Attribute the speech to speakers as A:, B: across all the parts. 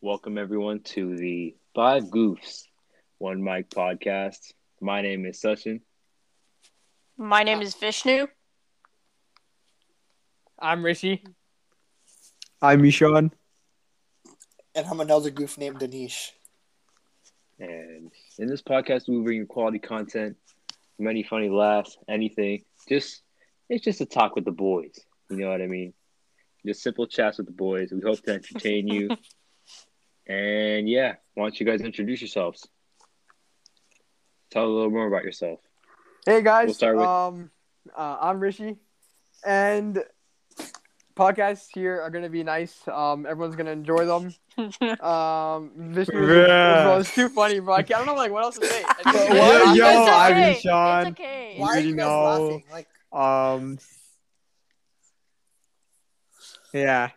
A: Welcome, everyone, to the Five Goofs One Mic podcast. My name is Sachin.
B: My name is Vishnu.
C: I'm Rishi.
D: I'm Ishan.
E: And I'm another goof named Danish.
A: And in this podcast, we bring you quality content, many funny laughs, anything. Just It's just a talk with the boys. You know what I mean? Just simple chats with the boys. We hope to entertain you. and yeah, why don't you guys introduce yourselves? Tell a little more about yourself.
D: Hey guys,
A: We'll start with-
D: um, uh, I'm Rishi, and podcasts here are gonna be nice. Um, everyone's gonna enjoy them. Um, Vishnu,
C: Yeah.
D: bro, it's too funny, bro. I, can't- I don't know like what else to say. I just-
E: What? Yeah,
D: Yo,
B: It's okay.
D: I- I'm
B: It's
D: Sean.
B: okay.
E: Why are you
D: really
E: guys
D: know.
E: laughing? Like,
D: um, yeah.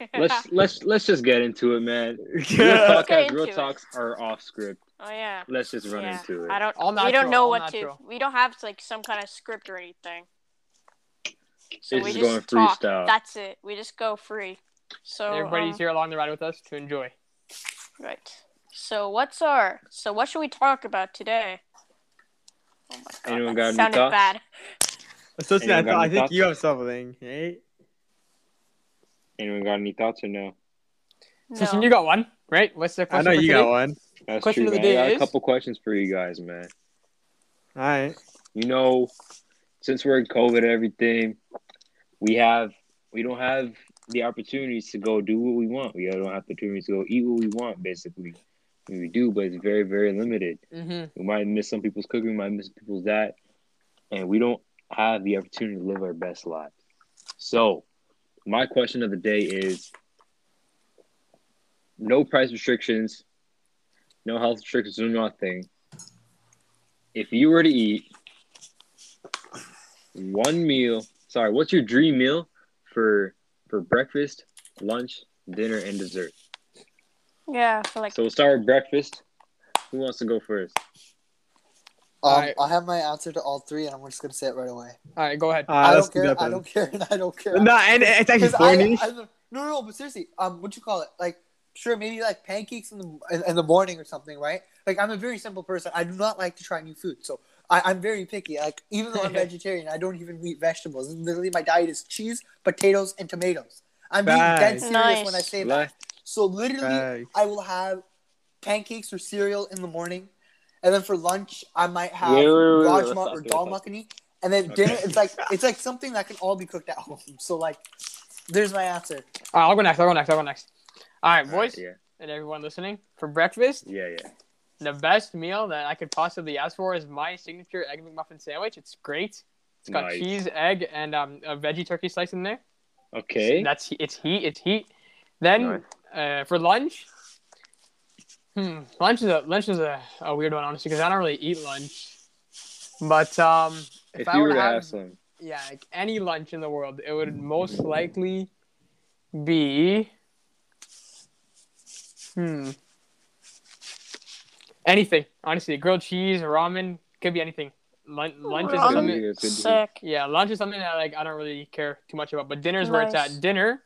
B: Oh,
A: Let's let's let's just get into it, man. Real
C: Yeah.
B: Let's get
A: podcasts, real
B: into it.
A: talks are off script.
B: oh yeah.
A: Let's just run
B: Yeah.
A: into it.
B: I don't.
D: All
B: we
D: natural,
B: don't know
D: all
B: what
D: natural.
B: to. We don't have like some kind of script or anything. So
A: It's
B: we
A: just going
B: just talk.
A: freestyle.
B: That's it. We just go free. So
C: Everybody's
B: um,
C: here along the ride with us to enjoy.
B: Right. So what's our? So what should we talk about today? Oh my god.
A: Anyone
B: that
A: got any
B: sounded
A: thoughts?
B: bad.
D: So
A: Anyone got any thoughts?
D: have something, right?
A: Anyone got any thoughts or no?
B: No.
C: So Shin, you got one, right? What's the question? for today?
D: one.
A: That's
C: Question
A: true,
C: of the
A: man.
C: day
A: I got
C: is-
A: a couple questions for you guys, man.
D: All right.
A: You know, since we're in COVID and everything, we have we don't have the opportunities to go do what we want. We don't have the opportunities to go eat what we want, basically. We do, but it's very, very limited.
C: Mhm.
A: We might miss some people's cooking, we might miss people's that, and we don't have the opportunity to live our best lives. So, my question of the day is no price restrictions, no health restrictions, no nothing. If you were to eat one meal, sorry, what's your dream meal for for breakfast, lunch, dinner, and dessert?
B: Yeah. For like.
A: So we'll start with breakfast. Who wants to go first?
E: um,
C: Alright.
E: I have my answer to all three, and I'm just gonna say it right away.
C: All right, go ahead.
F: Uh, Ah,
E: I don't care. I don't care. And I don't care.
D: and it's actually
E: 'Cause I-
D: funny.
E: I- no, no, no, but seriously, um, what you call it? Like, sure, maybe like pancakes in the in, in the morning or something, right? Like, I'm a very simple person. I do not like to try new food, so I, I'm very picky. Like, even though I'm vegetarian, I don't even eat vegetables. Literally, my diet is cheese, potatoes, and tomatoes. I'm being dead
D: Facts.
E: serious when I
B: Nice.
E: say that. So literally,
D: Facts.
E: I will have pancakes or cereal in the morning, and then for lunch I might have
A: Wait, wait, wait, wait,
E: rajma
A: let's not
E: or
A: do it,
E: dal
A: let's-
E: makhani, and then dinner. It's like it's like something that can all be cooked at home. So like, there's my answer.
C: All right, I'll go next. I'll go next. I'll go next. All right,
A: All
C: boys
A: right,
C: and everyone listening. For breakfast,
A: yeah, yeah, yeah.
C: the best meal that I could possibly ask for is my signature egg McMuffin sandwich. It's great. It's got
A: Nice.
C: cheese, egg, and um, a veggie turkey slice in there.
A: Okay.
C: That's it's heat. It's heat. Then
A: Nice.
C: uh, for lunch, hmm, lunch is a lunch is a, a weird one honestly because I don't really eat lunch. But um, if,
A: if
C: I
A: you
C: were to
A: have,
C: have
A: some,
C: yeah like any lunch in the world, it would most likely be hmm anything honestly grilled cheese ramen could be anything. Lunch, lunch is
B: Oh, Ramen.
C: something
B: Sick.
C: yeah, lunch is something that like I don't really care too much about, but dinner is where it's
B: Nice.
C: at. Dinner,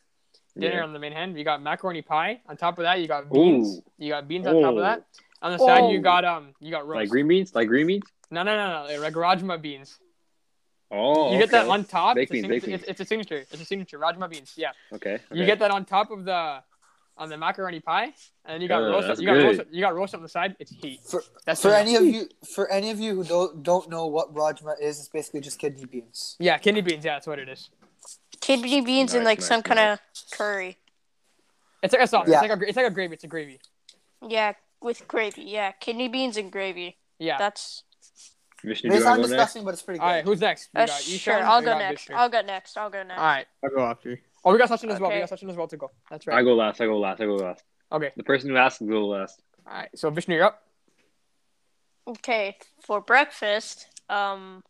C: dinner
A: Yeah.
C: on the main hand. You got macaroni pie. On top of that, you got beans.
A: Ooh.
C: You got beans on top
A: Oh.
C: of that. On the side, you
A: Oh.
C: got um, you got roast.
A: like green beans, like green beans.
C: No, no, no, no, like rajma beans.
A: Oh,
C: you get that
A: okay.
C: on top.
A: Baked
C: it's, a
A: beans,
C: sign-
A: baked
C: it's,
A: beans.
C: it's a signature. It's a signature rajma beans. Yeah,
A: Okay,
C: you get that on top of the, on the macaroni pie, and then you got
A: Yeah,
C: roast.
A: Uh, that's
C: You got roast,
A: good.
C: you got roast on the side. It's heat.
E: For
C: That's
E: for
C: the-
E: any of you for any of you who don't don't know what rajma is, it's basically just kidney beans.
C: Yeah, kidney beans. Yeah, that's what it is.
B: Kidney beans and
A: Nice,
B: like
A: nice,
B: some kind
A: nice.
B: of curry.
C: It's like a sauce.
E: Yeah.
C: It's like a gra- it's like a gravy. It's a gravy.
B: Yeah, with gravy. Yeah, kidney beans and gravy.
C: Yeah.
B: That's
A: Vishnu, do
E: They
A: you want
E: sound
A: to go next?
E: disgusting, but it's pretty good.
C: All right, who's next? We
B: that's
C: got Ishan,
B: Uh, sure.
C: or
B: I'll
C: we
B: go
C: got
B: next.
C: Vishnu?
B: I'll go next. I'll go next.
C: All right.
D: I'll go after.
C: Oh, we got Sachin as well. We
B: Okay.
C: got Sachin as well to go. That's
A: I
C: right.
A: go last. I go last. I go last.
C: Okay.
A: The person who asks will go last.
C: All right. So Vishnu, you're up.
B: Okay, for breakfast, um,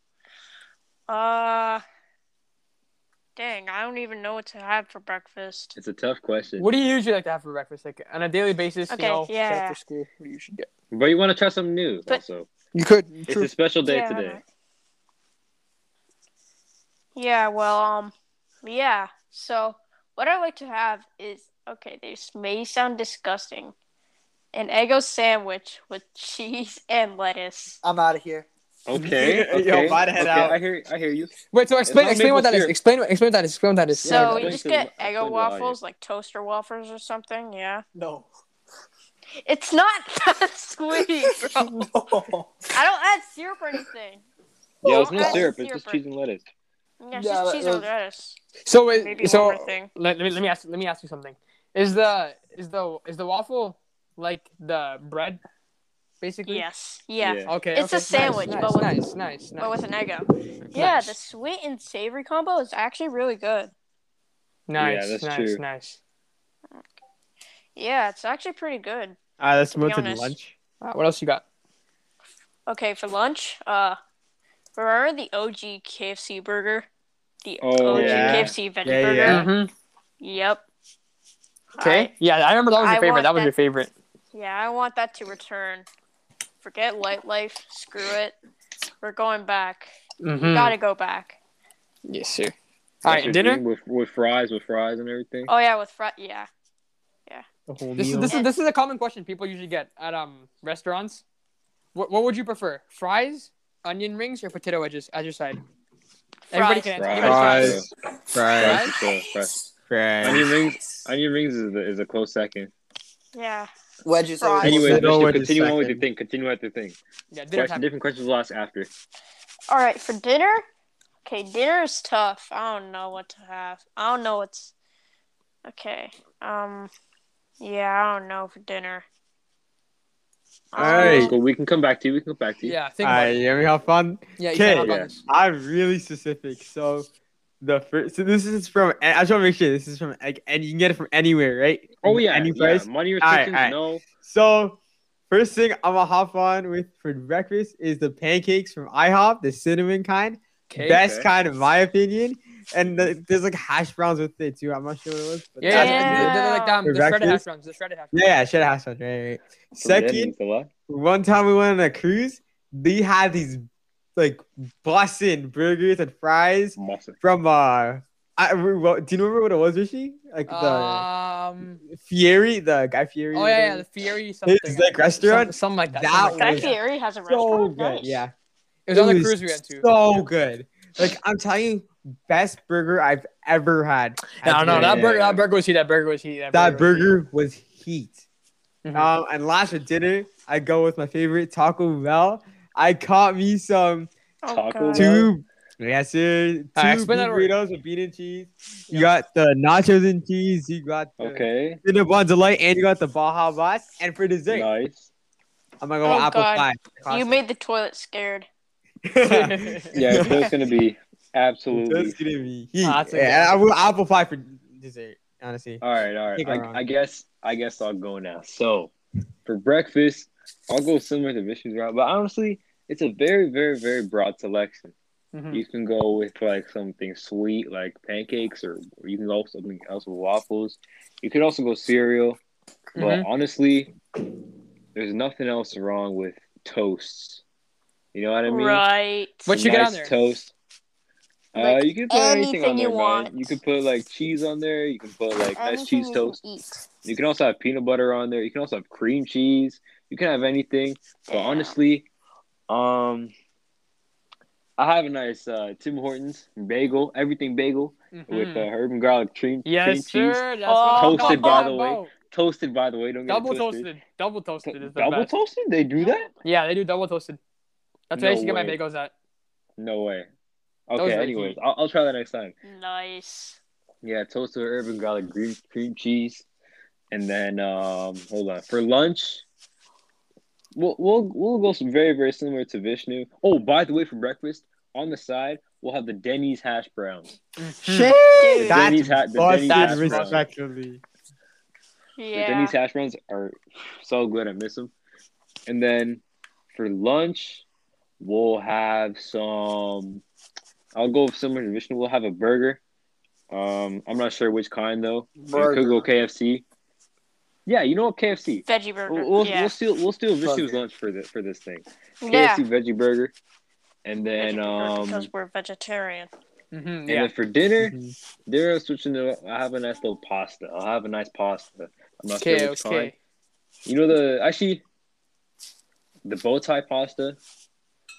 B: uh, dang, I don't even know what to have for breakfast.
A: It's a tough question,
C: What do you usually like to have for breakfast, like on a daily basis?
B: Okay,
C: you know,
B: yeah.
C: after school, what do you usually get?
A: but you want to try something new.
B: But-
A: also,
D: You could.
A: it's a special day
B: Yeah, I
A: today.
B: know. Yeah, well, um, yeah. So what I like to have is Okay, these may sound disgusting. An Eggo sandwich with cheese and lettuce.
E: I'm out of here.
A: Okay. okay.
C: Yo, bite the head
A: okay,
C: out.
A: I hear. I hear you.
D: Wait, so explain
A: not
D: explain what
A: maple
D: that is.
A: syrup.
D: Explain what- explain what that is. Explain what that is.
B: So
A: Yeah,
B: you
A: explain
B: just
A: to
B: get
A: the-
B: Eggo
A: explain to the audience.
B: waffles, like toaster waffles or something. Yeah,
E: No.
B: it's not that sweet. bro.
E: no.
B: I don't add syrup or anything.
A: Yeah, it's no
B: Okay.
A: syrup. It's just
B: Syrup.
A: cheese and lettuce.
B: Yeah, it's
E: Yeah,
B: just
E: that-
B: cheese or
E: that's-
B: lettuce.
C: So it-
B: Maybe
C: so
B: one more thing.
C: let, let me let me ask let me ask you something. Is the is the is the waffle like the bread, basically?
B: Yes. Yeah.
C: Okay.
B: It's a
C: okay. Nice,
B: sandwich,
C: nice,
B: but with-
C: nice, nice,
B: But
C: nice,
B: with an Eggo. Yeah, the sweet and savory combo is actually really good.
C: nice,
A: Yeah, that's
C: nice,
A: true.
C: nice.
B: Yeah, it's actually pretty good.
C: Ah, let's
B: move be to the honest. lunch.
C: Alright, Ah, what else you got?
B: Okay, for lunch, uh, remember the OG KFC burger? The
A: Oh,
B: OG
C: yeah.
B: KFC veggie
E: Yeah,
B: burger?
E: yeah.
C: Mm-hmm.
B: Yep.
C: Okay.
B: I-
C: yeah, I remember that was
B: I
C: your favorite.
B: want
C: That was
B: that-
C: your favorite.
B: yeah, I want that to return. Forget light life. Screw it. We're going back.
C: Mm-hmm.
B: Gotta go back.
C: Yes, sir. All right,
A: That's your
C: dinner.
A: thing with with fries, with fries and everything.
B: Oh, yeah, with fr- Yeah.
C: This is this is this is a common question people usually get at um restaurants. What what would you prefer, fries, onion rings, or potato wedges as your side? Everybody
B: Fries.
C: can answer. Everybody
A: Fries.
C: fries.
A: Fries.
C: Fries.
A: Fries. Fries. Fries.
F: Fries.
A: Onion rings. Onion rings is a, is a close second.
B: Yeah.
E: Wedges.
B: Fries.
E: Anyway.
A: Anyway,
F: Potato
A: Christian,
F: wedge is
A: continue on with your
F: second.
A: thing. Continue on with your thing.
C: Yeah, dinner
A: Question,
C: time.
A: different questions will ask after.
B: All right, for dinner. Okay, dinner is tough. I don't know what to have. I don't know what's. Okay. Um. Yeah, I don't know for dinner. Um,
F: All right.
A: Cool. We can come back to you. We can come back to you.
C: Yeah, think
F: All
C: about
F: right,
C: it.
F: you want me to have fun?
C: Yeah, you
F: Okay.
C: can hop on
A: Yeah.
C: this.
F: I'm really specific. So the first, so this is from. I just want to make sure this is from like, and you can get it from anywhere, right?
A: Oh yeah.
F: any
A: yeah.
F: price.
A: Money
F: All right,
A: restrictions?
F: all right.
A: No.
F: So first thing I'm gonna hop on with for breakfast is the pancakes from IHOP, the cinnamon kind,
C: Okay.
F: best
A: okay.
F: kind in my opinion. And the, there's like hash browns with it too. I'm not sure what it was. But
C: Yeah,
F: that's-
B: Yeah.
C: yeah. They're like um,
F: For
C: the shredded hash
F: breakfast?
C: browns. The shredded hash browns.
F: yeah, yeah, should have hash browns. Right, right. Second,
A: It's a lot.
F: one time we went on a cruise, they had these like Boston burgers and fries
A: Muscle.
F: from uh, I, re- what- do you remember what it was, Rishi? Like the
C: Um.
F: Fieri, the guy Fieri.
C: Oh
F: or
C: yeah, yeah, the
F: whatever.
C: Fieri something.
F: like, restaurant?
C: Some- something like that.
F: That
C: something
B: Guy
F: was-
C: like that.
B: Fieri has a
F: so
B: restaurant.
F: good.
B: Nice.
F: Yeah,
C: It was on the cruise we went to.
F: So good. Like I'm telling you, best burger I've ever had.
C: No, no, that
A: Yeah.
C: burger, that burger was heat. That burger was heat.
F: that burger was heat.
C: Mhm.
F: Um, and last for dinner, I go with my favorite Taco Bell. I caught me some
B: Oh,
A: Taco Bell.
B: God.
F: two. Yes, sir. Two
C: Alright, explain that order.
F: burritos with bean and cheese. You got the nachos and cheese. You got the
A: Okay.
F: Cinnabon delight, and you got the Baja Blast. And for dessert,
A: Nice.
F: I'm gonna go
B: Oh,
F: with apple
B: God.
F: pie.
B: You made the toilet scared.
A: Yeah, it's just gonna be
F: That's
A: absolutely.
F: gonna be heat.
C: Ah, that's a
F: yeah,
C: good-
F: I will apple pie for dessert. Honestly,
A: All right, all right.
F: Think
A: I,
F: around.
A: I guess I guess I'll go now. So for breakfast, I'll go similar to Vishnu's route, but honestly, it's a very, very, very broad selection.
C: Mhm.
A: You can go with like something sweet, like pancakes, or, or you can go with something else with waffles. You could also go cereal, but
C: Mhm.
A: honestly, there's nothing else wrong with toasts. You know what I mean?
B: Right.
C: What you get on there?
A: Toast.
B: Like,
A: uh, you can put anything,
B: anything
A: on there,
B: you
A: man.
B: want.
A: You can put like cheese on there. You can put like nice
B: Anything
A: cheese
B: you can
A: toast.
B: eat.
A: You can also have peanut butter on there. You can also have cream cheese. You can have anything. But
B: Damn.
A: honestly, um, I have a nice uh, Tim Hortons bagel, everything bagel with uh, herb and garlic cream, cream
C: Hmm. yes,
A: cheese,
C: sir. That's
B: Oh,
C: what
A: toasted,
C: I'm
A: by the
C: talking
A: way.
C: about.
A: toasted. By the way, don't get it
C: Double
A: twisted.
C: toasted. Double toasted is the
A: double
C: best.
A: toasted? They do that?
C: yeah, they do double toasted. That's where I
A: No
C: used to get my
A: way.
C: bagels at.
A: No way.
C: Those
A: Okay.
C: are
A: Anyways,
C: heat.
A: I'll, I'll try that next time.
B: Nice.
A: Yeah, toasted with herb and garlic cream, cream cheese, and then um, hold on for lunch. We'll we'll we'll go some very very similar to Vishnu. Oh, by the way, for breakfast on the side we'll have the Denny's hash browns.
F: shit.
B: Dude.
A: Denny's hat-
F: That's
A: the
F: busted
C: Denny's hat-
F: respectfully.
A: The
B: Yeah.
A: Denny's hash browns are so good. I miss them. And then for lunch, we'll have some. I'll go with similar to Vishnu. We'll have a burger. Um, I'm not sure which kind though. It could go KFC. Yeah, you know what? KFC.
B: Veggie burger.
A: We'll, we'll,
B: yeah.
A: we'll steal we'll steal Vishnu's
E: Burger.
A: lunch for the, for this thing. KFC
B: yeah.
A: veggie burger, and then
B: Veggie burger
A: um
B: because we're vegetarian.
C: hmm
A: And
C: yeah.
A: then for dinner, they're switching it up. I have a nice little pasta. I'll have a nice pasta. I'm not
C: Okay,
A: sure which kind.
C: okay.
A: You know the actually the bow tie pasta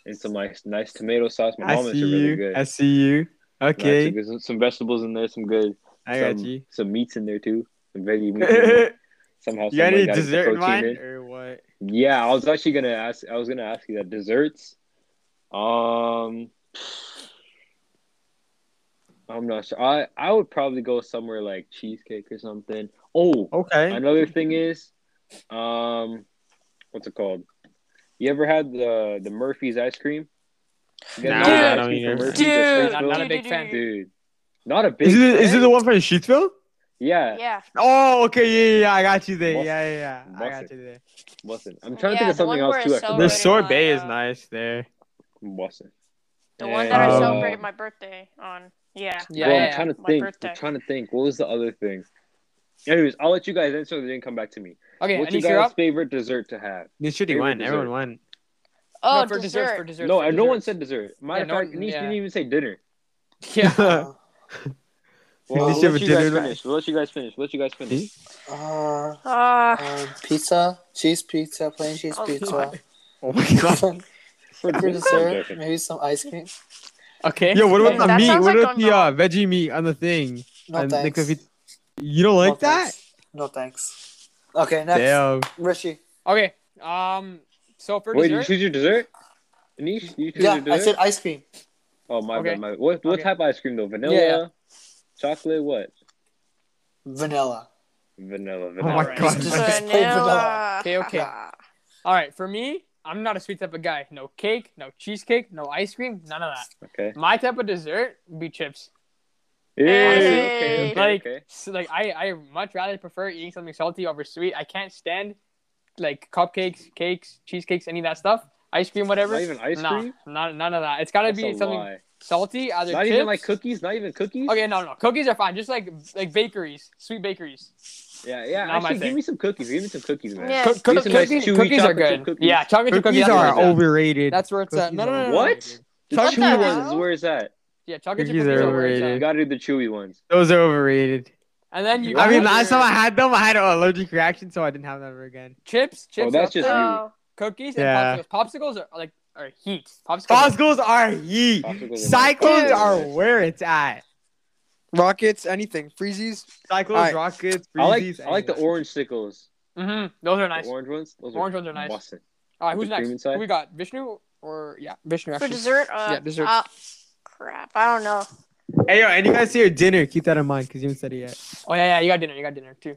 A: and some like nice tomato sauce. My
F: I
A: mom makes
F: see
A: it
F: you.
A: really good.
F: I see you.
A: And actually,
F: Okay,
A: there's some- some vegetables in there, some good.
F: I
A: some,
F: got you.
A: Some meats in there too. Some veggie meats. in there.
F: you
A: Somehow, some
F: got
A: way
F: any
A: got the
F: dessert in
A: protein
F: mind
A: in.
F: or what?
A: Yeah, I was actually gonna ask. I was gonna ask you that desserts. Um, I'm not sure. I I would probably go somewhere like cheesecake or something. Oh,
F: Okay.
A: another thing is, um, what's it called? You ever had the the Murphy's ice cream? You guys
F: Nah,
A: know the
B: I
A: ice cream
F: don't
A: from
F: either.
A: Murphy's that's
B: Dude,
C: I'm not a
A: Springfield?
C: big fan.
A: dude, not a big.
F: Is it is it
A: fan.
F: the one from Shootsville?
A: Yeah,
B: Yeah.
F: Oh, okay, yeah, yeah, yeah, I got you there.
A: Mustard.
F: Yeah, yeah, yeah. I
A: Mustard.
F: got you there.
A: Wasn't. I'm trying to
B: Yeah,
A: think of
B: the
A: something
B: one
A: else
B: where
A: too. I
B: it's so
A: forgot.
F: The
B: Already
F: sorbet
B: mine,
F: is
B: uh,
F: nice there.
A: Wasn't.
B: The one that I
F: Um,
B: celebrated my birthday on. Yeah.
C: Yeah,
A: Bro,
C: yeah,
A: I'm
C: yeah.
A: trying to
B: My
A: think.
B: birthday.
A: I'm trying to think. What was the other thing? Anyways, I'll let you guys answer. They didn't come back to me.
C: Okay,
A: What's
C: I
A: your
C: need your
A: guys'
C: up.
A: favorite dessert to have?
F: You should
A: Favorite
F: won. Everyone
A: dessert.
F: won.
B: Oh,
C: no, for dessert. for dessert.
A: no,
C: for
A: and no one
C: dessert.
A: said dessert. Matter
C: Yeah,
A: of
C: no
A: fact,
C: one-
A: Nish
C: yeah.
A: didn't even say dinner.
C: Yeah.
E: Uh,
A: Well,
F: Nish
A: I'll
F: have
A: let
F: a
A: you guys
F: dinner, right?
A: finish. We'll let you guys finish. We'll let you guys finish.
E: uh,
B: Uh,
E: um, pizza, cheese pizza, plain cheese
B: Oh,
E: pizza.
B: God.
F: Oh my god.
A: For
E: For
A: dinner, I'm
E: dessert,
A: joking.
E: maybe some ice cream.
C: Okay.
F: Yo, what
B: That
F: about the meat?
B: sounds
F: What
B: like
F: about the
B: going
F: uh, veggie meat on the thing?
E: No
F: And the
E: thanks.
F: confit- you don't like
E: no
F: that?
E: Thanks. No thanks. Okay, next.
F: Damn.
E: Rishi.
C: Okay. Um. So for
A: Wait, did you
C: dessert,
A: choose your dessert? Nish, did you choose
E: Yeah,
A: your
E: I
A: dessert?
E: said ice cream.
A: oh my
C: Okay.
A: god, my what? What
C: Okay.
A: type of ice cream though? Vanilla,
C: Yeah.
A: chocolate, what?
E: Vanilla.
A: Vanilla.
F: Oh
A: Vanilla.
F: my
C: Alright.
F: god.
E: Just- just plain vanilla.
B: vanilla.
C: Okay, okay. all right. For me, I'm not a sweet type of guy. No cake, no cheesecake, no ice cream, none of that.
A: Okay.
C: My type of dessert would be chips.
A: Hey,
B: Hey.
A: okay, okay,
C: like,
A: okay.
C: s- like I, I much rather prefer eating something salty over sweet. I can't stand like cupcakes, cakes, cheesecakes, any of that stuff. Ice cream, whatever.
A: Not even ice
C: nah,
A: cream.
C: None, none of that. It's gotta
A: That's
C: be
A: a
C: something
A: lie.
C: salty. Either
A: Not
C: chips.
A: even like cookies. Not even cookies.
C: Okay, no, no, cookies are fine. Just like like bakeries, sweet bakeries.
A: Yeah, yeah.
C: Not my
A: actually, give
C: thing.
A: me some cookies. Give me some cookies, man.
B: Yeah.
C: Cook- cook-
A: These are nice
C: cookies,
A: chewy
C: cookies are
A: chocolate chip
C: good.
A: cookies.
C: Yeah, chocolate chip
F: Cookies
C: that's where
F: are
C: it's at.
F: overrated.
C: That's where it's at.
F: Cookies
C: No, no,
F: are
C: no, no, no.
A: What? The
C: What
B: the
A: chewy
B: hell?
A: ones is where it's at.
C: Yeah, chocolate chip
F: Cookies
C: cookies
F: are
C: are where it's
A: You
C: at.
F: overrated.
A: gotta do the chewy ones.
F: Those are overrated.
C: And then you.
F: I mean,
C: got
F: last
C: your
F: time I had them, I had an allergic reaction, so I didn't have them ever again.
C: chips, chips,
A: Oh, that's
C: up
A: just
C: there,
A: you.
B: Oh,
C: cookies,
F: Yeah.
C: and popsicles. Popsicles are like are heat. Popsicles.
F: Fossicles are heat.
A: Popsicles are nice.
F: Cyclones
A: Dude.
F: are where it's at.
D: Rockets, anything. Freezies.
F: Cyclones,
D: Alright.
F: rockets,
A: I like
F: Freezies,
A: I like the
F: anyone.
A: orange sickles.
C: hmm Those are
A: The
C: nice. All
A: orange ones. Those
C: Orange
A: are
C: ones are nice.
A: bussin'.
C: right, who's
A: the cream
C: next?
A: inside.
C: Who we got? Vishnu or yeah, Vishnu.
B: for
C: Actually.
B: dessert. Uh,
C: Yeah, dessert.
B: uh, crap. I don't know.
F: Hey yo, and you guys see your dinner. Keep that in mind because you haven't said it yet.
C: Oh yeah, yeah. You got dinner. You got dinner too.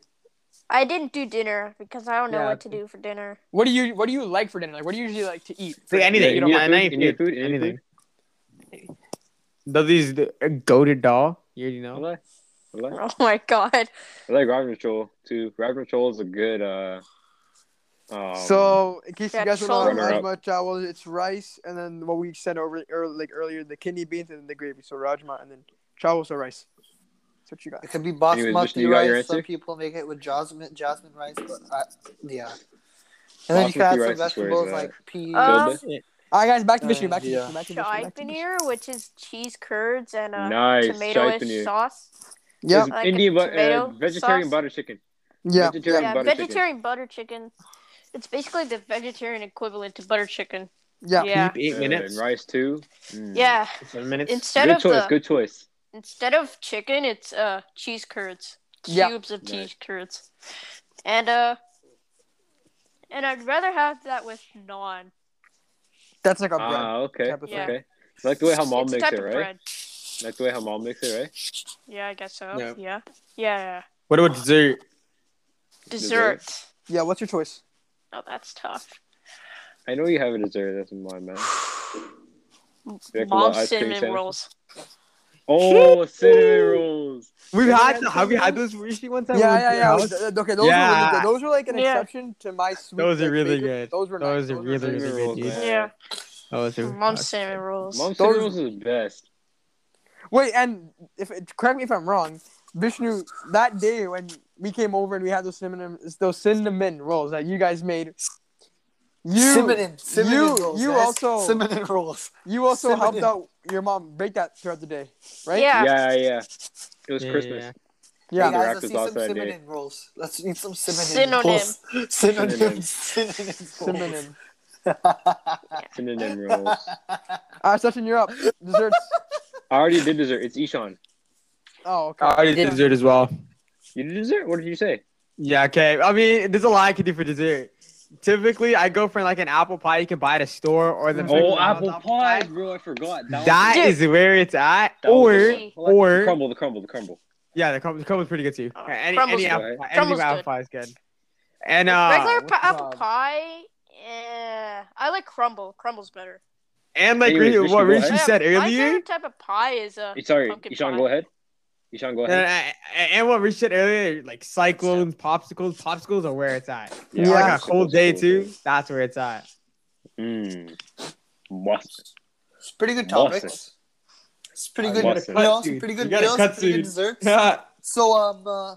B: I didn't do dinner because I don't know
F: Yeah.
B: what to do for dinner.
C: What do you What do you like for dinner? Like, what do you usually like to eat?
F: Say anything.
C: You don't
A: Yeah,
C: mind.
A: mind. Indian food,
F: food,
A: Indian
F: anything. Does these uh, goaded doll? You already
A: I
F: know.
A: like I like,
B: Oh my god.
A: I like ramen patrol too. Ramen patrol is a good uh. Um,
D: so, in case
B: yeah,
D: you guys don't know
A: runner
D: as
A: up.
D: much, uh, well, it's rice, and then what we said over ear like earlier, the kidney beans and the gravy. So rajma, and then chawal, so rice. That's what you got.
E: It could be
A: Anyways, Vishnu, you
E: basmati
A: got your
E: rice. Some
A: answer?
E: people make it with jasmine, jasmine rice, but I, yeah. And then you
A: Basmati
E: can
A: rice
E: add some
A: is where it's
E: vegetables
A: at.
E: like peas.
B: Uh,
A: Tilda?
C: All right, guys. Back to Vishnu.
E: Uh,
C: Back to
E: yeah.
C: Vishnu. Back to Vishnu. Back to Vishnu.
B: Chai paneer, which is curds and uh,
A: nice
B: tomato-ish
A: chai
B: sauce.
D: Yeah,
A: There's
B: Like a
A: Indian but, uh,
B: tomato
A: vegetarian
B: sauce.
A: butter chicken.
D: yeah.
A: Vegetarian
B: yeah,
A: butter chicken.
B: vegetarian butter chicken. It's basically the vegetarian equivalent to butter chicken.
D: Yeah.
B: yeah.
F: Keep eight
A: Uh,
F: minutes.
A: And rice too. Mm.
B: Yeah.
F: Seven minutes.
B: Instead
A: Good
B: of
A: choice.
B: the
A: Good choice.
B: instead of chicken, it's uh cheese curds.
C: Yeah.
B: Cubes of
A: Nice.
B: cheese curds. And uh and I'd rather have that with naan.
D: That's like a bread.
F: Uh,
A: Ah, okay.
D: type of
B: thing.
A: Okay. Like the way how mom
B: it's a
A: makes
B: type
A: it,
B: of
A: right?
B: bread.
A: Like the way how mom makes it, right?
B: Yeah, I guess so.
F: Yeah.
B: Yeah. Yeah. yeah.
F: What about dessert?
B: Dessert.
D: yeah. What's your choice?
B: Oh, that's tough.
A: I know you have a dessert. That's in my man. Like
B: Mom
A: ice cream
B: cinnamon
A: sandwich?
B: rolls.
A: Oh, cinnamon rolls.
F: We've had. Have we had those sushi one time?
D: Yeah,
F: We went
D: yeah,
F: to your
D: yeah.
F: house?
D: Th- th- Okay, those
F: Yeah.
D: were really good. Those were like an
B: Yeah.
D: exception to my sweet.
F: Those are
D: like,
F: really
D: bakery.
F: good.
D: Those were nice.
F: Those are
D: were
F: really,
D: nice.
A: Cinnamon
F: really
A: rolls,
F: good.
A: man.
F: dude.
B: Yeah.
F: Those are-
B: Mom cinnamon rolls.
A: Mom
D: Those-
A: cinnamon rolls is the best.
D: Wait, and if correct me if I'm wrong, Vishnu, that day when we came over and we had those cinnamon those cinnamon rolls that you guys made,
C: You
E: cinnamon, cinnamon
C: you-
E: rolls.
C: you
E: guys.
C: also-
E: cinnamon rolls.
C: you also helped
E: Cinnamon.
C: out your mom bake that throughout the day, right?
B: Yeah.
A: Yeah, yeah. It was
F: Yeah,
A: Christmas.
F: yeah,
C: Yeah.
E: hey guys,
A: Interact
E: let's
A: with
E: eat some
A: us that day.
E: cinnamon rolls. Let's eat some cinnamon
B: Synonym.
E: rolls. Synonym.
A: Synonym.
E: Synonym.
C: Cinnamon.
A: Cinnamon rolls.
C: All right, Session, Uh, you're up. Desserts.
A: I already did dessert. It's Ishan.
C: Oh, okay.
F: I already did dessert as well.
A: You did dessert? What did you say?
F: Yeah, okay. I mean, there's a lot I could do for dessert. Typically, I go for like an apple pie you can buy at a store or the
A: Oh, apple pie, bro. I forgot.
F: That
B: Dude.
F: is where it's at.
A: That
F: Or,
B: was-
A: the
F: or
A: crumble, the crumble, the crumble.
F: yeah, the crumble, the crumble's pretty good too.
A: Uh,
B: Oh,
F: any
B: crumble's
A: good.
F: any apple pie, anything
B: Crumble's
F: with apple
B: good.
F: pie is good. And uh,
B: Regular
F: what's
B: pi-
F: it
B: apple
F: called?
B: pie. Yeah, I like crumble. Crumble's better.
F: And like
A: Anyways,
F: Rishi-
A: Rishi,
F: what
A: go
F: Rishi
A: ahead.
F: said
B: My
F: earlier,
B: favorite type of pie is a.
A: Sorry,
B: Pumpkin
A: Ishan,
B: pie.
A: go ahead. Ishan, go ahead.
F: and, uh, and what Rishi said earlier, like cyclones, popsicles, popsicles are where it's at.
C: Yeah.
F: Like
A: I'm
F: a cold day
A: cool.
F: too, that's where it's at.
A: Mm. Must.
E: It's pretty good
A: Awesome.
E: topics. It's pretty
F: I
E: good.
A: want
E: You know, some
F: it.
E: pretty
F: You
E: good
F: gotta
E: meals,
F: cut
E: pretty
F: soon.
E: good desserts. So um, uh,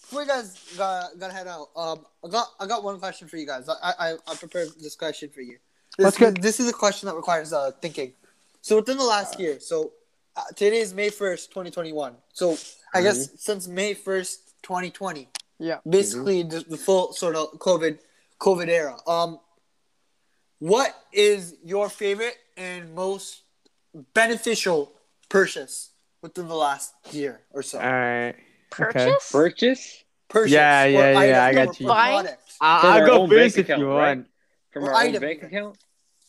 E: before you guys got got head out, um, I got I got one question for you guys. I I, I prepared this question for you. This,
C: That's good.
E: This is a question that requires uh thinking. So within the last year, so uh, today is May first, twenty twenty one. So I guess since May first, twenty twenty.
C: Yeah.
E: Basically, the, the full sort of COVID COVID era. Um, what is your favorite and most beneficial purchase within the last year or so?
F: All right.
B: Purchase?
A: Purchase
E: purchase.
F: Yeah, yeah,
E: or
F: yeah,
E: item,
F: I
E: no,
F: got
E: or
F: you.
E: product.
A: From
F: I-
A: our
F: I'll go
A: own bank
F: first if
A: account,
F: you
A: right?
F: want.
A: from
E: Or
A: our own
E: item
A: bank
E: even.
A: account.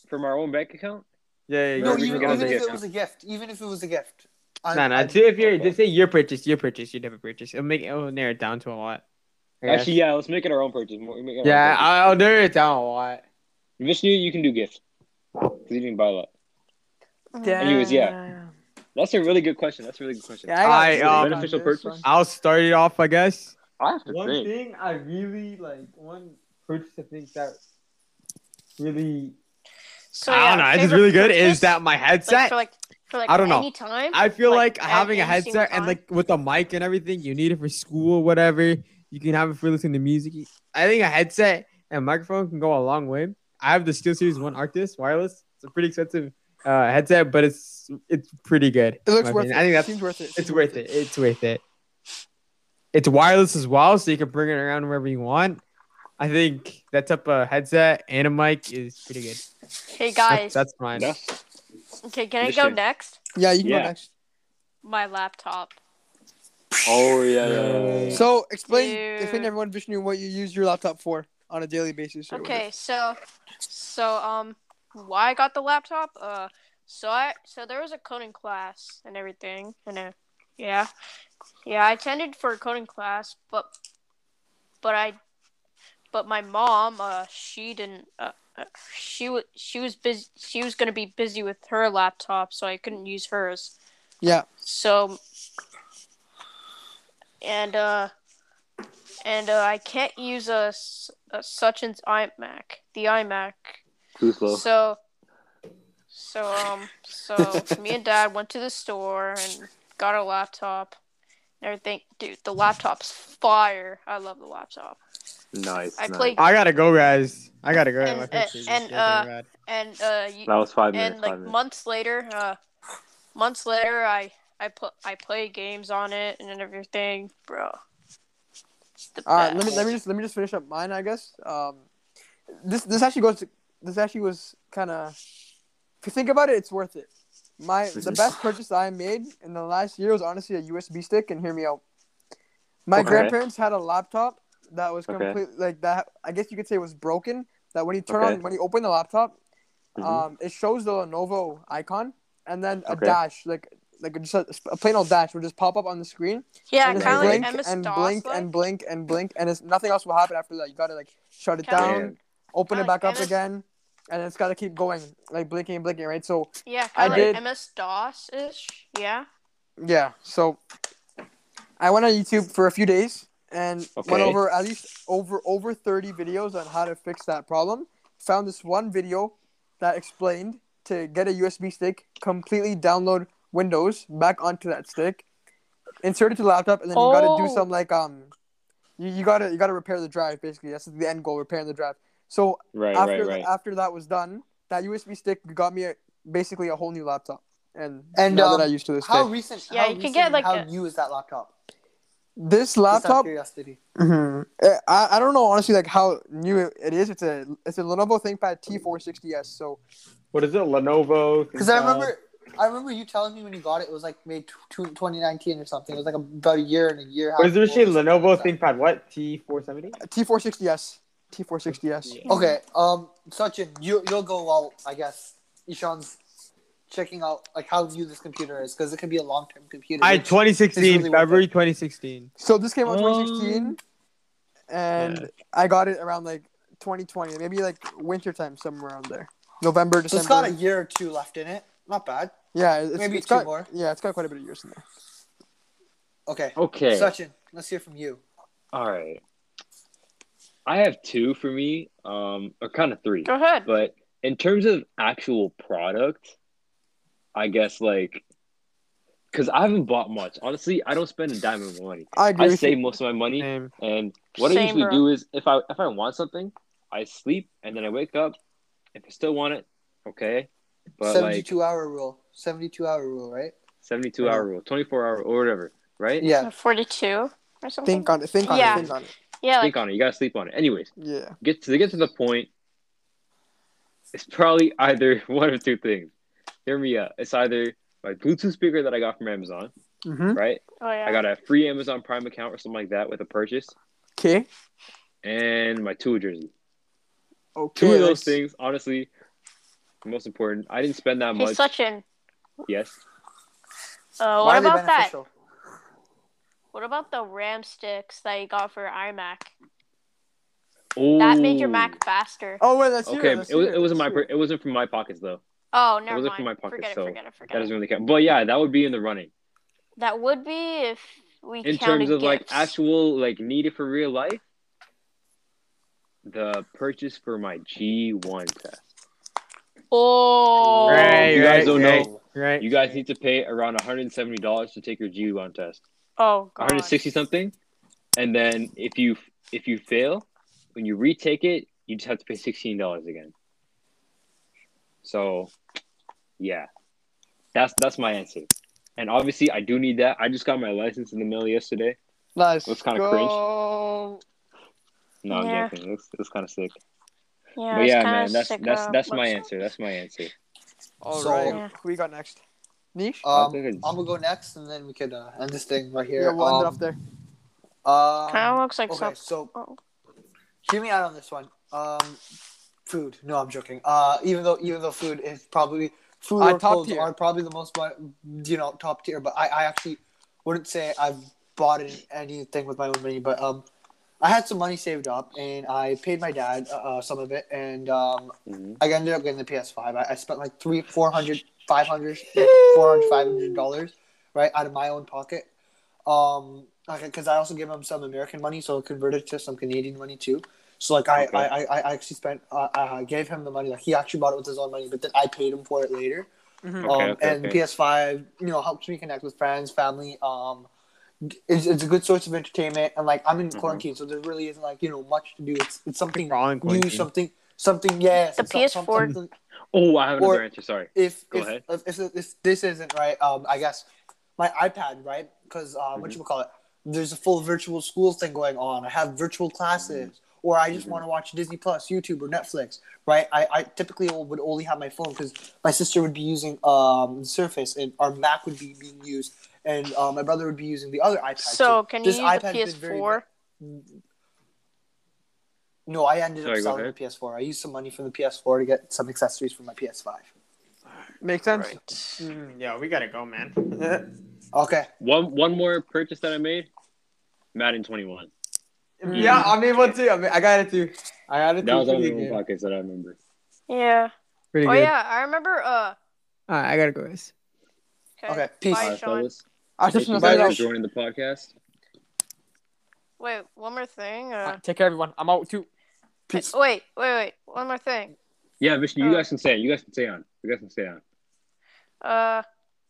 A: From our own bank account.
F: Yeah, yeah,
E: No,
A: Or we can
F: yeah.
E: even,
A: get
E: even
A: a
E: if
A: gift.
E: it was a gift, even if it was a gift. I-
F: No, no.
E: I-
F: If you're just say your purchase, your purchase, your never purchase. It'll make it'll narrow it down to a lot. I guess.
A: Actually, yeah, let's make it our own purchase. We'll make it our own
F: yeah,
A: purchase.
F: I'll narrow it down a lot.
A: Vishnu, you can do gift. 'Cause you didn't buy a lot.
B: Mm-hmm.
A: Anyways, yeah. That's a really good question. That's a really good question.
C: Yeah, I
F: I,
C: got
F: um,
A: Beneficial
C: this
A: purchase?
C: one.
F: I'll start it off, I guess.
A: I have to
F: One
A: think.
F: thing I really like, one purchase I think that really
B: So,
F: I don't know,
B: yeah,
F: it's just
B: favorite
F: really good.
B: purchase?
F: Is that my
B: like,
F: headset?
B: for like for like
F: I don't know.
B: any time?
F: I feel
B: like,
F: like,
B: at
F: having a
B: any single
F: headset
B: time?
F: and like with a mic and everything, you need it for school, whatever. You can have it for listening to music. I think a headset and microphone can go a long way. I have the SteelSeries One Arctis wireless. It's a pretty expensive uh, headset, but it's it's pretty good.
C: It looks
F: in my
C: worth it.
F: opinion. I think that's
C: Seems worth it.
F: it's worth it. It's worth it. It's wireless as well, so you can bring it around wherever you want. I think that type of headset and a mic is pretty good.
B: Hey
F: That's,
B: guys,
F: that's mine.
A: Yeah.
B: okay, can I
A: This
B: go
A: is-
B: next?
C: Yeah, you can
A: Yeah.
C: go next.
B: My laptop.
A: Oh yeah. yeah, yeah.
C: So explain,
B: Dude.
C: explain to everyone, Vishnu, what you use your laptop for on a daily basis. or
B: Okay, so so um why I got the laptop? Uh so I so there was a coding class and everything and uh, yeah. Yeah, I attended for a coding class, but but I but my mom uh she didn't uh, uh, she was she was busy she was going to be busy with her laptop, so I couldn't use hers.
C: Yeah.
B: So and uh and uh, I can't use a, s- a such an iMac, the iMac.
A: Too slow.
B: So, so um, so me and Dad went to the store and got our laptop and everything. Dude, the laptop's fire. I love the laptop.
A: nice.
B: I
A: nice.
B: played
F: I gotta go, guys. I gotta go.
B: And-
F: My pictures
B: and,
F: is goddamn
B: uh,
F: rad.
B: and uh, you,
A: That was five minutes.
B: and like
A: five minutes.
B: months later, uh, months later, I I put I play games on it and everything, bro. It's the
C: All right,
B: best.
C: Uh, let me let me just let me just finish up mine, I guess. Um, this this actually goes. To, this actually was kind of. If you think about it, it's worth it. My the
A: Mhm.
C: best purchase I made in the last year was honestly a USB stick. And hear me out. My
A: Okay.
C: grandparents had a laptop that was
A: Okay.
C: completely like that. I guess you could say was broken. That when you turn
A: Okay.
C: on when you open the laptop,
A: Mhm.
C: um, it shows the Lenovo icon and then a
A: Okay.
C: dash like like just a, a plain old dash will just pop up on the screen
B: yeah,
C: and
A: it's
B: kind of like
C: blink
B: MS
C: and
B: DOS.
C: blink
B: like.
C: and blink and blink and it's nothing else will happen after that. You gotta like shut it
B: Kinda
C: down,
A: Damn.
C: open it
B: kinda like
C: back up
B: MS
C: again, and it's gotta keep going, like blinking and blinking, right? So
B: Yeah,
C: I
B: kind of
C: did-
B: like MS DOS ish. Yeah.
C: yeah, so I went on YouTube for a few days and
A: Okay.
C: went over at least over over thirty videos on how to fix that problem. Found this one video that explained to get a USB stick, completely download Windows back onto that stick, insert it to the laptop, and then you gotta do
B: Oh.
C: some like um, you, you gotta you gotta repair the drive basically. That's the end goal, repairing the drive.
D: So
A: Right,
D: after
A: right, right.
D: after that was done, that USB stick got me a, basically a whole new laptop, and
E: And,
D: now
E: um,
D: that I used to this
E: How
D: day.
E: recent?
B: Yeah,
E: how
B: you can
E: recent
B: get,
E: and
B: like,
E: how
B: a-
E: new is that laptop?
D: this
E: Just out of
D: laptop,
E: Curiosity.
D: mhm, eh, I, I don't know honestly like how new it- it is. It's a it's a Lenovo ThinkPad T460s, so
F: What is it? Lenovo.
E: Because I remember, I remember you telling me when you got it, it was like May tw- tw- 2019 or something. It was like about a year and a year.
F: What is the
E: half
F: machine?
E: old.
F: Lenovo ThinkPad. What? T470.
D: T460s, T460s.
E: Okay, um, Sachin, you you'll go while I guess Ishan's checking out like how new this computer is because it could be a long term computer.
F: I
E: which-
F: 2016
E: It's really
F: February 2016.
D: So this came out in
A: Um,
D: 2016, and
F: yeah.
D: I got it around like 2020, maybe like wintertime somewhere around there, November,
E: so
D: December.
E: it's got a year or two left in it. Not bad.
D: yeah, it's,
E: maybe
D: it's
E: two
D: got,
E: more.
D: Yeah, it's got quite a bit of years in there.
E: Okay,
A: Okay.
E: Sachin, let's hear from you.
A: All right. I have two for me, um, or kind of three.
B: Go ahead.
A: But in terms of actual product, I guess like, because I haven't bought much. Honestly, I don't spend a dime of my money.
D: I agree.
A: I
D: with
A: save
D: you.
A: most of my money,
F: Same.
A: and what I
B: Same,
A: usually
B: bro.
A: do is if I if I want something, I sleep and then I wake up. If I still want it, okay. But like
E: 72 hour rule. 72 hour rule, right?
A: seventy-two hour rule, twenty-four hour or whatever, right?
E: Yeah.
B: 42 or something.
D: Think on it. Think on
B: Yeah.
D: it. Think on it.
B: yeah, like,
A: Think on it. You gotta sleep on it. Anyways.
D: Yeah.
A: get to, to get to the point, it's probably either one of two things. Hear me out. It's either my Bluetooth speaker that I got from Amazon,
D: Mm-hmm.
A: right?
B: oh yeah.
A: I got a free Amazon Prime account or something like that with a purchase,
D: Okay.
A: and my Tua jersey.
D: Okay.
A: Two of
D: that's-
A: those things, honestly, most important. I didn't spend that
B: hey,
A: much.
B: Sachin.
A: yes.
B: Uh, what
E: Why are they
B: about that?
E: beneficial?
B: What about the RAM sticks that you got for iMac?
A: Oh,
B: That made your Mac faster.
D: Oh wait, that's
A: Okay,
D: here,
A: it,
D: that's
A: was,
D: here,
A: it wasn't my
D: that's
A: per- it wasn't from my pockets though.
B: Oh,
A: It
B: never
A: wasn't from
B: mind.
A: my pocket,
B: forget
A: so
B: it, forget it,
A: That
B: forget it.
A: doesn't really count. But yeah, that would be in the running
B: That would be if we
A: in
B: counted
A: terms of like
B: gifts.
A: actual like needed for real life. The purchase for my G one test.
B: Oh,
F: Right,
A: you guys
F: right,
A: don't
F: right,
A: know.
F: right.
A: You guys need to pay around one hundred and seventy dollars to take your G one test.
B: oh
A: One
B: god.
A: hundred sixty something, and then if you if you fail, when you retake it, you just have to pay sixteen dollars again. So, yeah, that's that's my answer. And obviously, I do need that. I just got my license in the mail yesterday.
D: Nice.
A: That's kinda No, I'm
B: Yeah.
A: joking. It's it's kind of sick.
B: Yeah,
A: but
B: it's
A: yeah,
B: Oh, kinda
A: man, that's
B: sick,
A: that's
B: uh,
A: that's my
B: what's-
A: answer. That's my answer.
D: All
E: So-
D: right.
B: Yeah.
D: Who we got next? Niche.
A: I'll
E: Um,
A: take it.
E: I'm gonna go next, and then we could uh, end this thing right here.
D: yeah, we'll end it
E: Um,
D: off there.
E: um,
B: Kind of looks like
E: okay,
B: something.
E: so
B: Oh.
E: hear me out on this one. Um, food. No, I'm joking. Uh, even though even though food is probably food
D: Uh,
E: or
D: top
E: clothes
D: tier.
E: are probably the most bu- you know top tier, but I, I actually wouldn't say I've bought in anything with my own money. But um, I had some money saved up, and I paid my dad uh, uh, some of it, and um,
D: Mm-hmm.
A: Mhm.
E: I ended up getting the PS5. I, I spent like three, four hundred, five hundred, four hundred, five hundred dollars, right, out of my own pocket. Um, because I also gave him some American money, so it converted to some Canadian money too. So like I,
A: Okay.
E: I, I, I actually spent, uh, I gave him the money. Like he actually bought it with his own money, but then I paid him for it later.
D: Mhm.
A: Okay,
E: um,
A: okay,
E: and
A: okay.
E: PS5, you know, helps me connect with friends, family. Um, it's, it's a good source of entertainment, and like I'm in
A: Mhm.
E: quarantine, so there really isn't like you know much to do. It's it's something
F: We're all in
E: new,
F: quarantine.
E: something something. Yes,
B: The
E: it's some-
B: PS4.
E: something-
A: Oh, I have another
E: Or-
A: answer. Sorry.
E: if
A: Go
E: if,
A: ahead.
E: if, if if this isn't right, um, I guess my iPad, right? Because uh, what
A: Mm-hmm.
E: you call it? There's a full virtual school thing going on. I have virtual classes, or I just
A: Mhm.
E: want to watch Disney Plus, YouTube, or Netflix, right? I, I typically would only have my phone because my sister would be using um Surface, and our Mac would be being used, and uh, my brother would be using the other iPad.
B: So can you
E: this
B: use
E: iPad's
B: the
E: been very
B: PS4?
E: no, I ended
A: Sorry,
E: up
A: go
E: selling the
A: ahead.
E: PS4. I used some money from the PS4 to get some accessories for my PS5.
D: Makes sense.
F: yeah, we gotta go, man. Mm.
E: Okay.
A: One one more purchase that I made, Madden twenty one.
F: yeah, I made one too. I, made, I got it too. I got it
A: That was
F: too.
A: out of
F: Pretty
A: my
F: good.
A: own pockets that I remember.
B: Yeah.
F: Pretty
B: Oh
F: good.
B: yeah, I remember. Uh.
F: All right, I gotta go. guys.
E: Okay. Peace.
B: Bye,
A: All right,
B: Sean.
A: fellas.
D: I
A: Thank
D: just
A: you
D: want to say
A: guys for
D: that.
A: joining the podcast.
B: Wait, one more thing. Uh,
C: Alright, take care, everyone. I'm out too.
E: Peace.
B: wait, wait, wait. One more thing.
A: Yeah, Vishnu, you
B: Oh.
A: guys can stay. You guys can stay on. You guys can stay on.
B: Uh,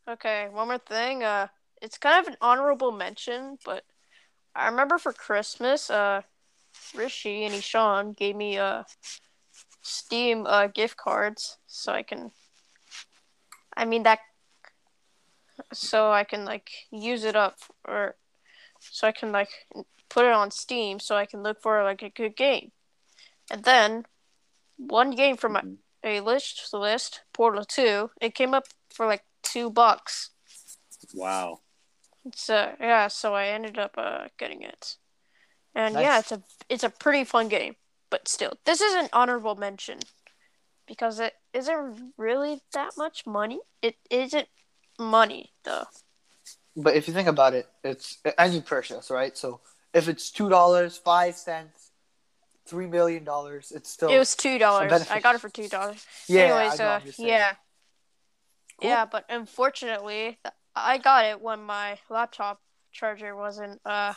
B: okay, one more thing. Uh, it's kind of an honorable mention, but I remember for Christmas, uh, Rishi and Ishan gave me uh Steam uh, gift cards, so I can. I mean that. So I can like use it up, or so I can like put it on Steam, so I can look for like a good game, and then one game from my,
A: Mm-hmm.
B: a list list Portal Two. It came up for like two bucks.
A: Wow.
B: So yeah, so I ended up uh, getting it, and
E: Nice.
B: yeah, it's a it's a pretty fun game. But still, this is an honorable mention because it isn't really that much money. It isn't money though.
E: But if you think about it, it's any purchase, right? So if it's two dollars, five cents, three million dollars, it's still
B: It was two dollars.
E: benefit.
B: I got it for two dollars.
E: yeah.
B: Anyways,
E: I know,
B: uh,
E: I'm just saying.
B: yeah,
E: Cool.
B: yeah. But unfortunately, th- I got it when my laptop charger wasn't uh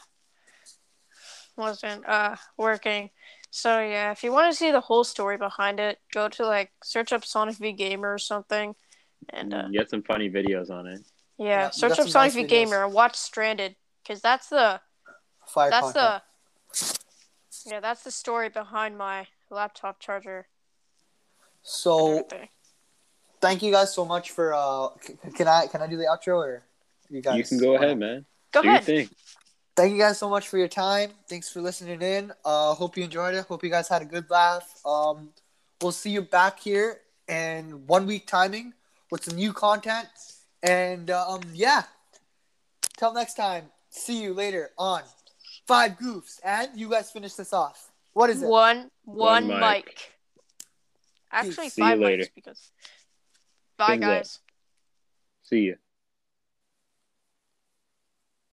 B: wasn't uh working. So yeah, if you want to see the whole story behind it, go to like search up Sonic V Gamer or something, and uh,
A: you had some funny videos on it.
B: yeah,
E: Yeah,
B: search
E: that's
B: up
E: some
B: Sonic
E: nice
B: V
E: videos.
B: Gamer and watch Stranded because that's the
E: Fire
B: that's
E: content.
B: the yeah that's the story behind my laptop charger. and
E: So
B: everything.
E: thank you guys so much for. uh c- Can I can I do the outro or you guys?
A: you can go ahead, man.
B: Go
A: Do
B: ahead.
A: your thing.
E: Thank you guys so much for your time. Thanks for listening in. Uh, hope you enjoyed it. Hope you guys had a good laugh. Um, we'll see you back here in one week timing with some new content. And um, yeah, till next time. See you later on Five Goofs. And you guys finish this off. What is it?
B: One
A: One mic.
B: one mic. Actually,
A: See you
B: five
A: later.
B: mics because. Bye,
A: Things up.
B: guys.
A: See ya.